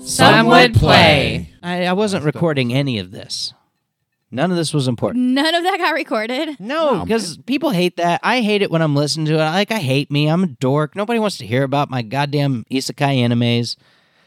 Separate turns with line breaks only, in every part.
Some would play.
I, I wasn't recording any of this. None of this was important.
None of that got recorded.
No, because people hate that. I hate it when I'm listening to it. Like I hate me. I'm a dork. Nobody wants to hear about my goddamn isekai animes,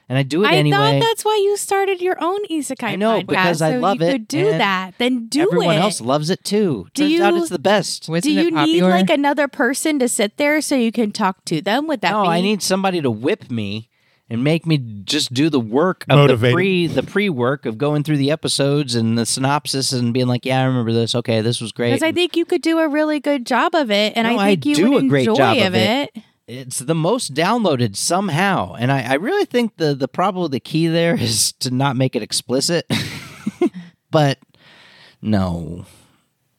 and I do it
I
anyway.
thought that's why you started your own isekai
I know,
podcast,
because I
so
love
you
it,
Could do
and
that, then do
Everyone
it.
else loves it too.
Do
Turns out
you-
it's the best.
Wasn't
do you need
it popular?
like another person to sit there so you can talk to them? Would that
no,
be?
I need somebody to whip me and make me just do the work of
Motivated.
the pre the pre work of going through the episodes and the synopsis and being like, yeah, I remember this. Okay, this was great.
because I think you could do a really good job of it, and
No,
I
I
think you
do
would
a great
enjoy
job
of
of it. it's the most downloaded somehow, and I, I really think the the probably the key there is to not make it explicit. but no,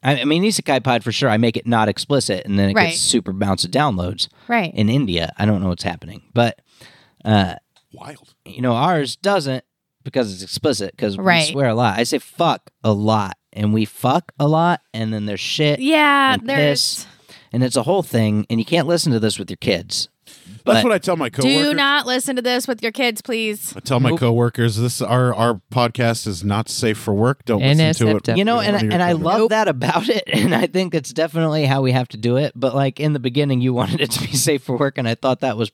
I, I mean Isekai Pod for sure. I make it not explicit, and then it
Right.
gets super bounce of downloads
right?
in India. I don't know what's happening, but uh,
Wild.
you know, ours doesn't because it's explicit because
Right.
we swear a lot. I say fuck a lot and we fuck a lot and then there's shit
yeah,
and
there's.
piss and it's a whole thing and you can't listen to this with your kids.
That's
But-
what I tell my coworkers.
Do not listen to this with your kids, please.
I tell my coworkers this our our podcast is not safe for work. Don't listen to it.
NSFW.
You know,
With
and,
one of your
and I
children.
love that about it. And I think it's definitely how we have to do it. But like in the beginning, you wanted it to be safe for work. And I thought that was,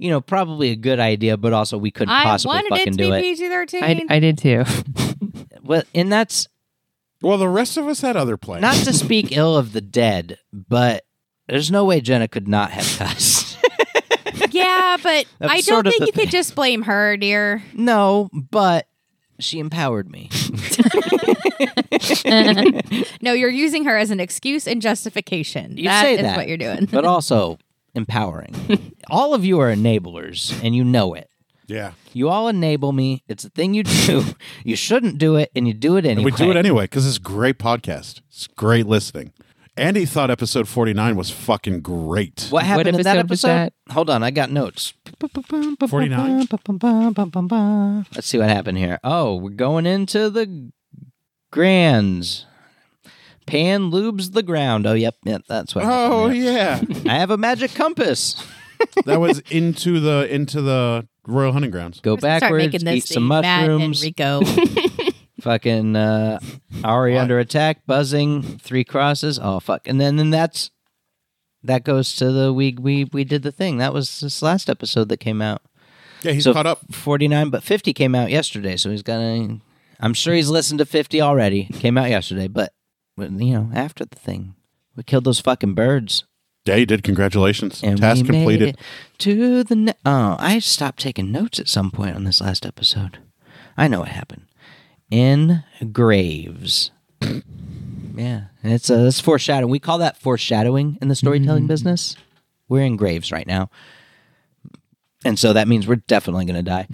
you know, probably a good idea, but also we couldn't
I
possibly
wanted
fucking
it to
do
be
it.
PG
I,
thirteen.
I did too.
Well, and that's
Well, the rest of us had other plans.
not to speak ill of the dead, but there's no way Jenna could not have cussed.
Yeah, but
That's
I don't
sort of
think
the
you could
thing.
just blame her, dear.
no, but she empowered me.
No, you're using her as an excuse and justification.
You say
is
that
what you're doing.
but also empowering. all of you are enablers, and you know it.
yeah,
You all enable me. It's a thing you do. You shouldn't do it, and you do it anyway.
and we do it anyway because it's a great podcast. It's great listening. Andy thought episode forty nine was fucking great.
What happened in that
episode was
episode?
that?
Hold on, I got notes.
49.
Let's see what happened here. Oh, we're going into the grands. Pan lubes the ground. Oh, yep, yep that's what. happened
Oh
there.
yeah,
I have a magic compass.
that was into the into the Royal Hunting Grounds.
Go
Start
backwards,
making this
eat some
the Matt and
mushrooms.
Rico.
fucking uh, Ari under attack, buzzing, three crosses. Oh fuck! And then then that's that goes to the we we we did the thing. That was this last episode that came out.
Yeah, he's
so
caught up.
Forty nine, but fifty came out yesterday. So he's got a. I'm sure he's listened to fifty already. Came out yesterday, but but, you know after the thing, we killed those fucking birds.
Yeah, he did. Congratulations.
And
Task
we made
completed.
it to the ne- oh, I stopped taking notes at some point on this last episode. I know what happened. In graves. yeah, and it's uh, it's foreshadowing. We call that foreshadowing in the storytelling
Mm-hmm.
business. We're in graves right now, and so that means we're definitely going to die.